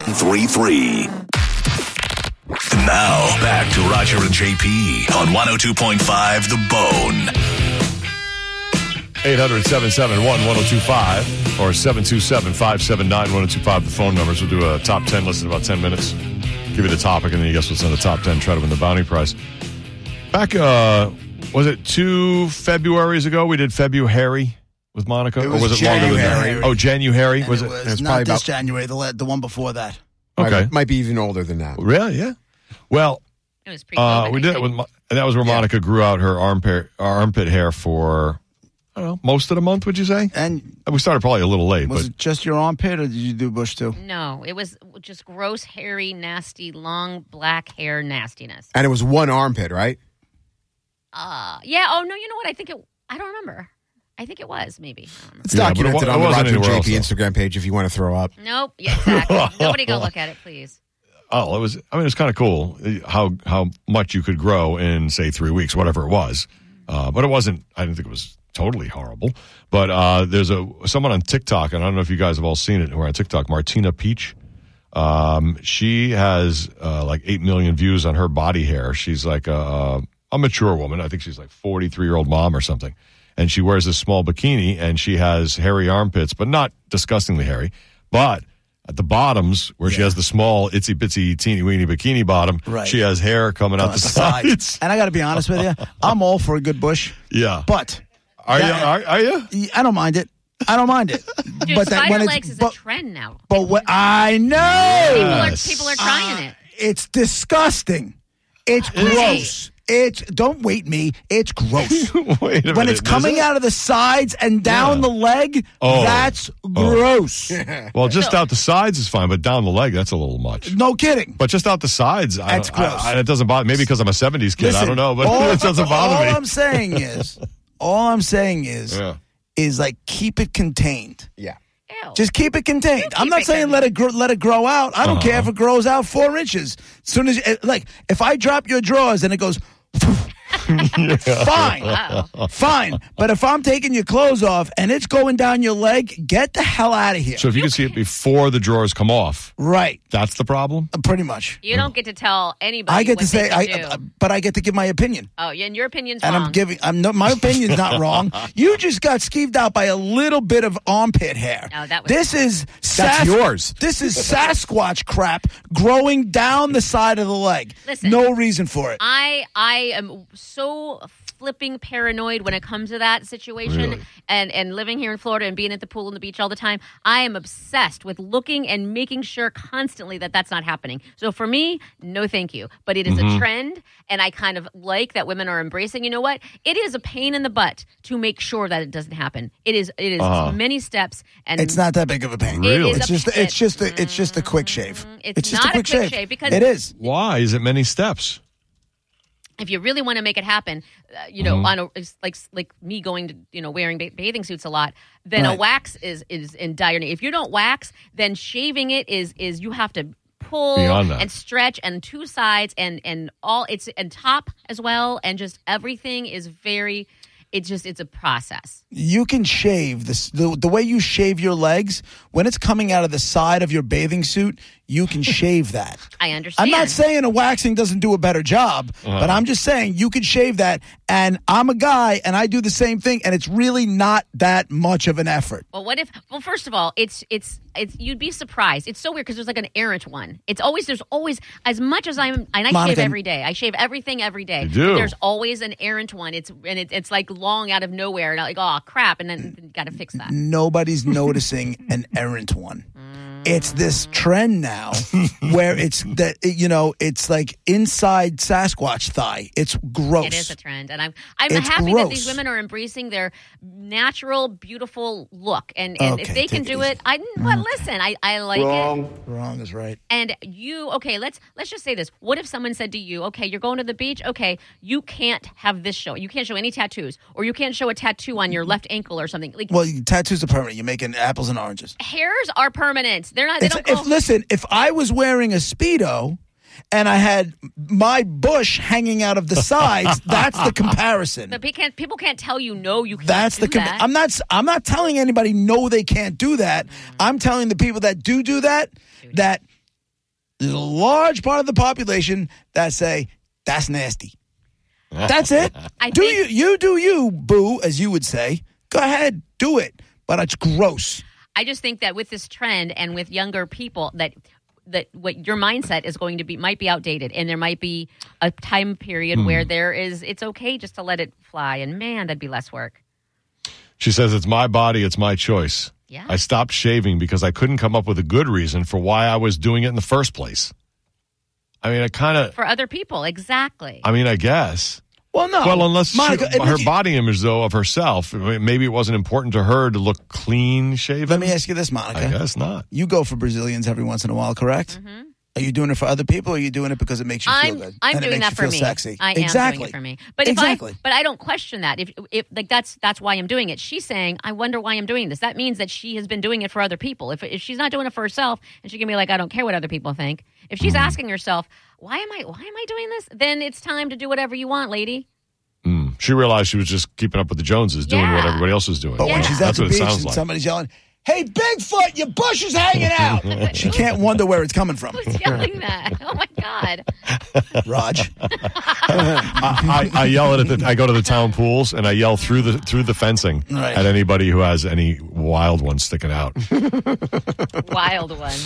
3 3. Now, back to Roger and JP on 102.5 The Bone. 800 771 1025 or 727 579 1025. The phone numbers. We'll do a top 10 list in about 10 minutes. Give you the topic, and then you guess what's in the top 10. Try to win the bounty prize. Back, uh, was it two Februarys ago? We did February with Monica? It or was was it longer than January. that? Oh, January? And Was it it? was, it's not probably this about- January, the, la- the one before that. Might- Okay. Might, be even older than that. Really? Yeah. Well, It was pretty. Uh, we did it with Mo- and that was where Monica grew out her armpit armpit hair for I don't know most of the month. Would you say? Uh, And We started probably a little late, was but it just your armpit, or did you do bush too? No, it was just gross, hairy, nasty, long black hair nastiness. And it was one armpit, right? Uh, yeah. Oh no, you know what? I think it. I don't remember. I think it was maybe. I don't remember. It's Yeah, but it documented wa- on it the wasn't Roger and JP anywhere else, Instagram page if you want to throw up. Nope. Yeah, exactly. Nobody go look at it, please. oh, it was. I mean, it was kind of cool uh, how how much you could grow in say three weeks, whatever it was. Uh, but it wasn't. I didn't think it was totally horrible. But uh, there's a someone on TikTok, and I don't know if you guys have all seen it. Who are on TikTok? Martina Peach. Um, she has uh, like eight million views on her body hair. She's like a, a mature woman. I think she's like forty three year old mom or something. And she wears this small bikini, and she has hairy armpits, but not disgustingly hairy. But at the bottoms, where she has the small itsy bitsy teeny weeny bikini bottom, Right. she has hair coming out the, sides. And I got to be honest with you, I'm all for a good bush, Yeah, but are that- you? Are, are you? y- I don't mind it. I don't mind it. Dude, but spider it's- legs is a but, trend now. but what I know, People are, Yes. people are Uh, trying it. it's disgusting. It's gross. It's don't wait me. It's gross. Wait a minute. when it's coming out of the sides and down the leg, Oh. that's gross. Well, just out the sides is fine, but down the leg, that's a little much. no kidding. But just out the sides, I, That's don't- I- gross. I- it doesn't bother. Maybe because I'm a '70s kid, I Listen, don't know, but all- it doesn't all bother I'm me. saying is, all I'm saying is, Yeah. is like keep it contained. Yeah. Ew. Just keep it contained. I'm keep not it saying let it grow, let it grow out. I don't Uh-huh. care if it grows out four inches. As soon as eh, like if I drop your drawers and it goes. fine, fine. But if I'm taking your clothes off and it's going down your leg, get the hell out of here. So if you can see it before the drawers come off, right, that's the problem. uh, pretty much. you don't get to tell anybody. I get what to they say, can I, do. uh, but I get to give my opinion. oh, yeah, and your opinion's and wrong. I'm giving. I'm no, my opinion's not wrong. You just got skeeved out by a little bit of armpit hair. No, Oh, that was- this is That's Sas- yours. This is Sasquatch crap growing down the side of the leg. Listen. Um, no reason for it. I I am so flipping paranoid when it comes to that situation and and living here in Florida and being at the pool and the beach all the time I am obsessed with looking and making sure constantly that that's not happening so for me no thank you but it is a trend and I kind of like that women are embracing you know what it is a pain in the butt to make sure that it doesn't happen it is it is many steps and It's not that big of a pain. It Really? is It's a- Mm. just. It's just. A, it's just a quick shave. It's just not a a quick quick shave. shave because- it is. Why is it many steps? if you really want to make it happen, uh, you know, Mm-hmm. on a, it's like like me going to you know wearing ba- bathing suits a lot, then a Right. wax is is in dire need. If you don't wax, then shaving it is is you have to pull Beyond that. and stretch and two sides and and all it's and top as well and just everything is very. It's just it's a process. you can shave this the, the way you shave your legs when it's coming out of the side of your bathing suit you can shave that I i'm understand. not saying a waxing doesn't do a better job but i'm just saying you could shave that and i'm a guy and i do the same thing and it's really not that much of an effort Well, what if? Well, first of all, it's it's it's you'd be surprised. It's so weird because there's like an errant one. It's always there's always as much as I'm and I shave Monica- every day. I shave everything every day. You do? But There's always an errant one. It's and it, it's like long out of nowhere and I'm like oh crap and then got to fix that. nobody's noticing an errant one it's this trend now where it's that you know it's like inside Sasquatch thigh. It's gross. It is a trend, and I'm I'm It's happy that these gross. women are embracing their natural, beautiful look, and, and Okay, if they can take it do easy. Mm. it, I but listen, I I like it. Wrong is right. And you okay? Let's let's just say this. What if someone said to you, "Okay, you're going to the beach. Okay, you can't have this show. You can't show any tattoos, or you can't show a tattoo on your left ankle or something." Like Well, tattoos are permanent. You're making apples and oranges. hairs are permanent. They're not. They It's, don't. if Go, listen, if I was wearing a speedo and I had my bush hanging out of the sides, that's the comparison. the pe- can't, people can't tell you no. You can't. That's do the. Com- that. I'm not. s- I'm not telling anybody no. They can't do that. Mm-hmm. I'm telling the people that do do that that there's a large part of the population that say that's nasty. That's it. I do think- you? You do you, boo, as you would say. Go ahead, do it. But it's gross. I just think that with this trend and with younger people that that what your mindset is going to be might be outdated and there might be a time period Hmm. where there is it's okay just to let it fly and man that'd be less work. She says, It's my body, it's my choice. Yeah. I stopped shaving because I couldn't come up with a good reason for why I was doing it in the first place. I mean, I kind of, For other people, exactly. I mean, I guess. Well, no. Well, unless she- Monica, her admit you- body image, though, of herself, maybe it wasn't important to her to look clean shaven. Let me ask you this, Monica. I guess not. You go for Brazilians every once in a while, correct? Are you doing it for other people, or are you doing it because it makes you Mm-hmm. I'm feel good? I'm and it doing makes that you for feel me. Sexy. I am exactly. doing it for me. But if exactly. I but I don't question that. If if like that's that's why I'm doing it. She's saying I wonder why I'm doing this. That means that she has been doing it for other people. If if she's not doing it for herself and she can be like I don't care what other people think. If Mm-hmm. she's asking herself why am I why am I doing this? Then it's time to do whatever you want, lady. Mm. She realized she was just keeping up with the Joneses, doing what Yeah. everybody else was doing. But when Yeah. she's at That's the what it beach sounds and like. somebody's yelling, "Hey, Bigfoot, your bush is hanging out," she can't wonder where it's coming from. Who's yelling that? Oh my god. Raj, I, I, I yell at it. I go to the town pools and I yell through the through the fencing Right. at anybody who has any wild ones sticking out. Wild one.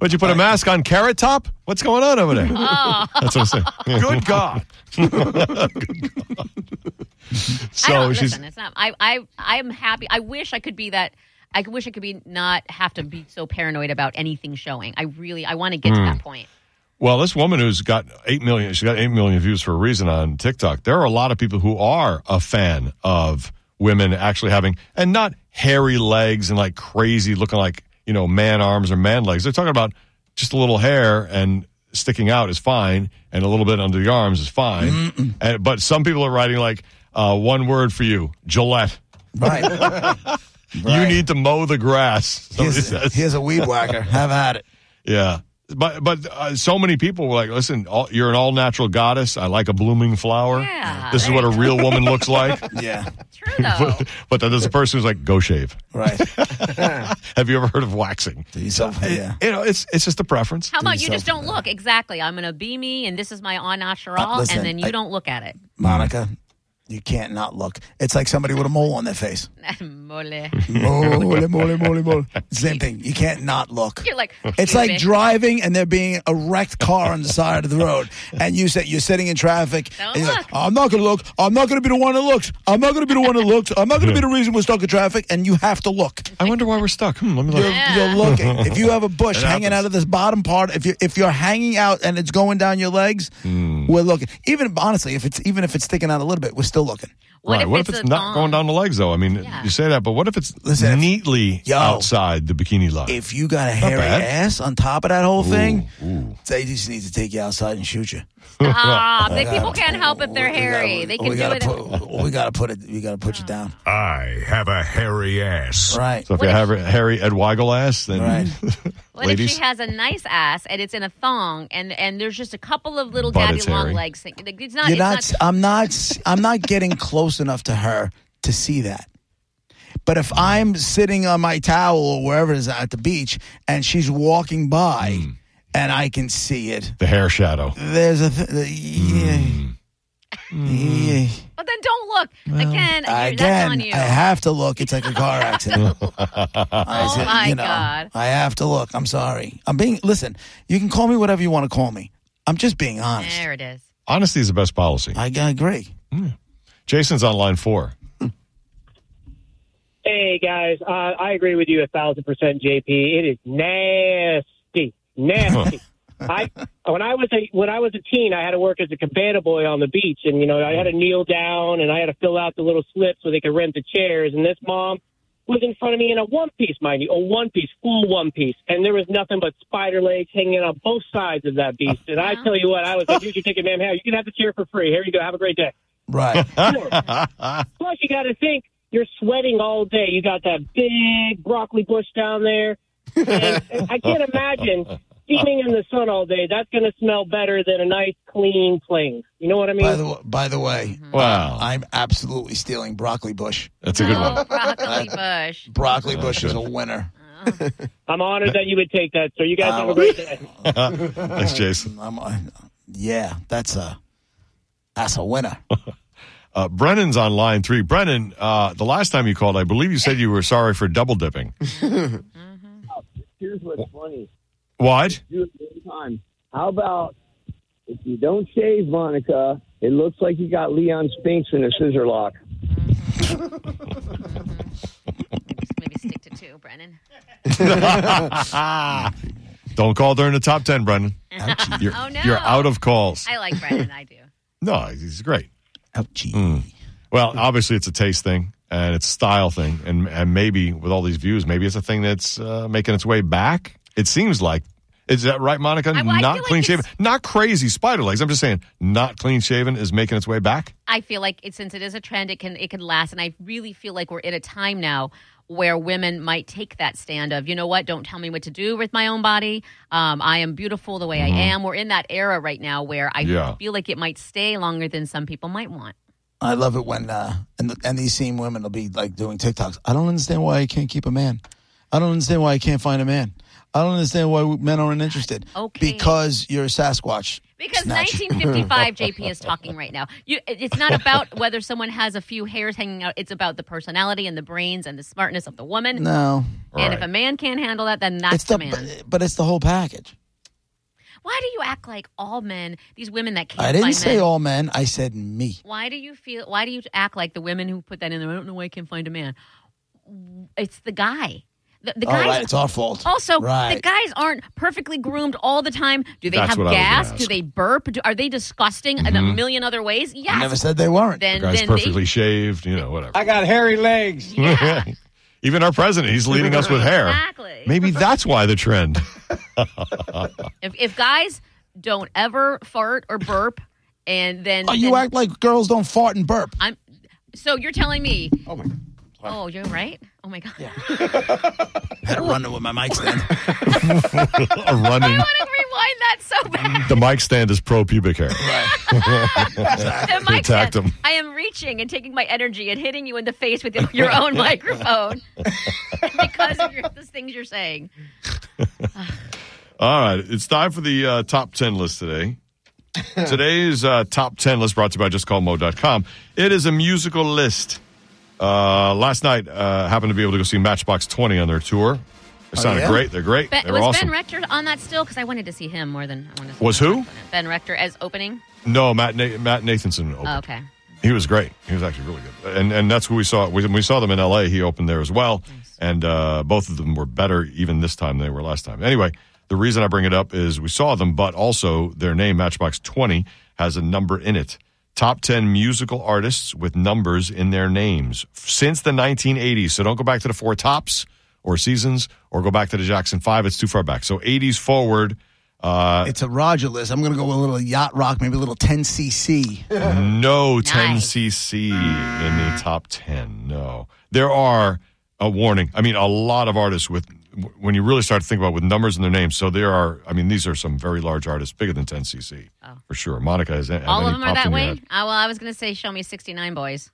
Would you put a mask on Carrot Top? What's going on over there? Oh. That's what I'm saying. Good God. I So don't, she's listen, it's not I I I'm happy. I wish I could be that I wish I could be not have to be so paranoid about anything showing. I really I want to get to Hmm. that point. well. This woman who's got eight million, she got eight million views for a reason on TikTok. There are a lot of people who are a fan of women actually having and not hairy legs and like crazy looking like you know man arms or man legs. They're talking about just a little hair and sticking out is fine, and a little bit under the arms is fine. And, but some people are writing like uh, one word for you, Gillette. right? You need to mow the grass. Somebody Here's, says. here's a weed whacker. Have at it. Yeah. But but uh, so many people were like, listen, all, you're an all natural goddess. I like a blooming flower. Yeah, this is there what a you go. real woman looks like. Yeah, True though. but then there's a person who's like, go shave. right. Have you ever heard of waxing? Do yourself- yeah. You know, it's it's just a preference. How about you just don't look? Exactly. I'm going to be me, and this is my on natural, Uh, listen, and then you I- don't look at it. Monica, you can't not look. It's like somebody with a mole on their face. Mole. Mole, mole, mole, mole. Same thing. You can't not look. You're like, It's "Excuse like me." driving and there being a wrecked car on the side of the road, and you say you're sitting in traffic. Don't and you're like, look. I'm not going to look. I'm not going to be the one that looks. I'm not going to be the one that looks. I'm not going to be the reason we're stuck in traffic, and you have to look. I wonder why we're stuck. Hmm, let me look. You're, you're looking. If you have a bush hanging out of this bottom part, if you if you're hanging out and it's going down your legs, Hmm. we're looking. Even honestly, if it's even if it's sticking out a little bit, we're still looking. What right. if what it's, if it's a not thong? going down the legs though? I mean, Yeah. you say that, but what if it's Listen, if- neatly Yo. outside the bikini line? If you got a hairy bad. ass on top of that whole thing, ooh. they just need to take you outside and shoot you. Ah, the people can't help if they're We gotta- hairy. They can we do gotta it. Put, we gotta put it. We gotta put you down. I have a hairy ass. Right. so if you have a hairy Ed Weigel ass, then Right. what if ladies? she has a nice ass and it's in a thong, and and there's just a couple of little But daddy it's hairy. long legs? thing? Like, It's not. You're It's not, not. I'm not. I'm not getting close enough to her to see that. But if I'm sitting on my towel or wherever it is at the beach, and she's walking by, Hmm. and I can see it, the hair shadow. there's a. Th- yeah. Hmm. Yeah. But then don't look again. you- that's on Again, you. I have to look. It's like a car accident. I Oh, my God. I have to look. I'm sorry. I'm being. Listen, you can call me whatever you want to call me. I'm just being honest. there it is. Honesty is the best policy. I I agree. Jason's on line four. Hey guys, uh, I agree with you a thousand percent, JP. It is nasty, nasty. I when I was a when I was a teen, I had to work as a cabana boy on the beach, and you know I had to kneel down and I had to fill out the little slips so they could rent the chairs. And this mom was in front of me in a one piece, mind you, a one piece, full one piece, and there was nothing but spider legs hanging on both sides of that beast. And I tell you what, I was like, "Here's your ticket, ma'am. Here, you can have the chair for free. Here you go. Have a great day." Right. Plus, you got to think you're sweating all day. You got that big broccoli bush down there. And, and I can't imagine steaming in the sun all day. That's going to smell better than a nice, clean plane. You know what I mean? by the w- by the way, Mm-hmm. Wow. I'm absolutely stealing broccoli bush. That's a good Oh, one. broccoli bush. Broccoli bush is a winner. I'm honored that you would take that, sir. You guys have a Uh, great day. Thanks, Jason. I'm, I, yeah, that's a that's a winner. Uh, Brennan's on line three. Brennan, uh, the last time you called, I believe you said you were sorry for double dipping. Mm-hmm. Here's what's funny. What? Do it one time. How about if you don't shave, Monica, it looks like you got Leon Spinks in a scissor lock. Maybe stick to two, Brennan. Don't call during the top ten, Brennan. You're, Oh, no. you're out of calls. I like Brennan. I do. No, he's great. Ouchie. Well, obviously, it's a taste thing and it's a style thing, and and maybe with all these views, maybe it's a thing that's uh, making its way back. It seems like. Is that right, Monica? I- well, I not feel like clean shaven, it's- not crazy spider legs. I'm just saying, not clean shaven is making its way back. I feel like it, since it is a trend, it can it can last, and I really feel like we're in a time now where women might take that stand of, you know what, don't tell me what to do with my own body. Um, I am beautiful the way I am. We're in that era right now where I Mm-hmm. Yeah. feel like it might stay longer than some people might want. I love it when uh, and the, and these same women will be like doing TikToks. I don't understand why I can't keep a man. I don't understand why I can't find a man. I don't understand why men aren't interested. Okay. Because you're a Sasquatch. Because Snatch. 1955 JP is talking right now. You, it- it's not about whether someone has a few hairs hanging out. It's about the personality and the brains and the smartness of the woman. No, And if Right. a man can't handle that, then that's it's the the man. but it's the whole package. Why do you act like all men, these women that can't I didn't find say men, all men. I said me. Why do you feel? Why do you act like the women who put that in there? I don't know why I can't find a man. It's the guy. The, the All Oh, right, guys. it's our fault. also, the Right. guys aren't perfectly groomed all the time. Do they That's have what I was gonna gas? Do ask. they burp? Do, are they disgusting in a million other ways? I Yes. Mm-hmm. never said they weren't. then, Guys, then perfectly they, shaved. You know, whatever. I got hairy legs. yeah, Even our president, he's leading us with hair. exactly. Maybe that's why the trend. If, if guys don't ever fart or burp, and then Oh, you then- act like girls don't fart and burp. I'm. So you're telling me? Oh my God. Oh, you're right. Oh my god. I had to run with my mic stand. A running. I want to rewind that so bad. The mic stand is pro pubic hair. The mic attacked stand. him. I am reaching and taking my energy and hitting you in the face with your- your own microphone because of your, the things you're saying. All right, it's time for the uh, top 10 list today. Today's uh, top 10 list brought to you by justcallmo.com. It is a musical list. Uh, last night, uh, happened to be able to go see Matchbox 20 on their tour. They sounded yeah? great. They're great. Ben, they were Oh, was awesome. Ben Rector on that still? Because I wanted to see him more than I wanted. To see Was who? Ben Rector as opening. no, Matt, Na- Matt Nathanson opened. Oh, okay. He was great. He was actually really good, and and that's who we saw. When we saw them in L.A., he opened there as well, and uh, both of them were better even this time than they were last time. Anyway, the reason I bring it up is we saw them, but also their name Matchbox Twenty has a number in it. Top ten musical artists with numbers in their names since the 1980s. So don't go back to the four tops or seasons, or go back to the Jackson Five. It's too far back. So 80s forward. Uh, It's a Roger list. I'm going to go with a little yacht rock, maybe a little 10cc. No Nice. 10cc in the top 10. No. There are a warning. I mean, a lot of artists with, when you really start to think about it, with numbers in their names. So there are, I mean, these are some very large artists, bigger than 10cc for sure. Monica has have Oh. All any of them are popped that in your way. head? Ah, well, I was going to say, show me 69 boys.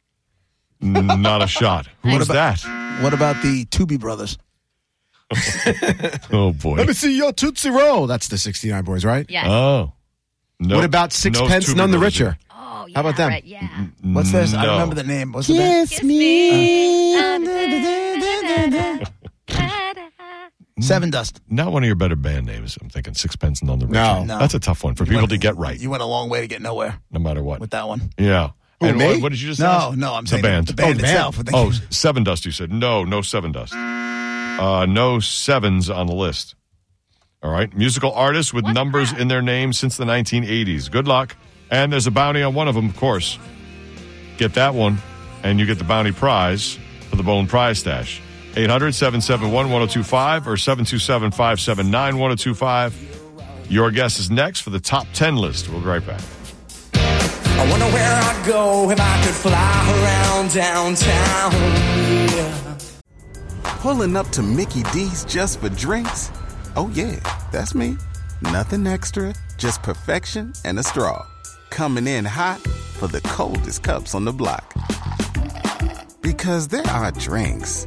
N- Not a shot. Who is that? What about the Tubi brothers? Oh, boy. Let me see your Tootsie Roll. That's the 69 boys, right? Yes. Oh. No. What about Sixpence two None the brothers. Richer? oh, yeah. How about them? Right, yeah. What's this? I No. remember the name. What's the name? Kiss me. Seven Dust. Not one of your better band names. I'm thinking Sixpence None the Richer. No. No. That's a tough one for people to get right, You went a long way to get nowhere no matter what. with that one. Yeah. Who, and me? What, what did you just No, ask? no, I'm the saying band. the band oh, itself. the band. Oh, seven dust. You said no, no seven dust. Uh, no sevens on the list. All right, musical artists with numbers in their name since the 1980s. Good luck, and there's a bounty on one of them, of course. Get that one, and you get the bounty prize for the Bone Prize Stash. 800 771 1025 or 727 579 1025. Your guess is next for the top 10 list. We'll be right back. I wonder where I'd go if I could fly around downtown. Yeah. Pulling up to Mickey D's just for drinks? Oh, yeah, that's me. Nothing extra, just perfection and a straw. Coming in hot for the coldest cups on the block. Because there are drinks,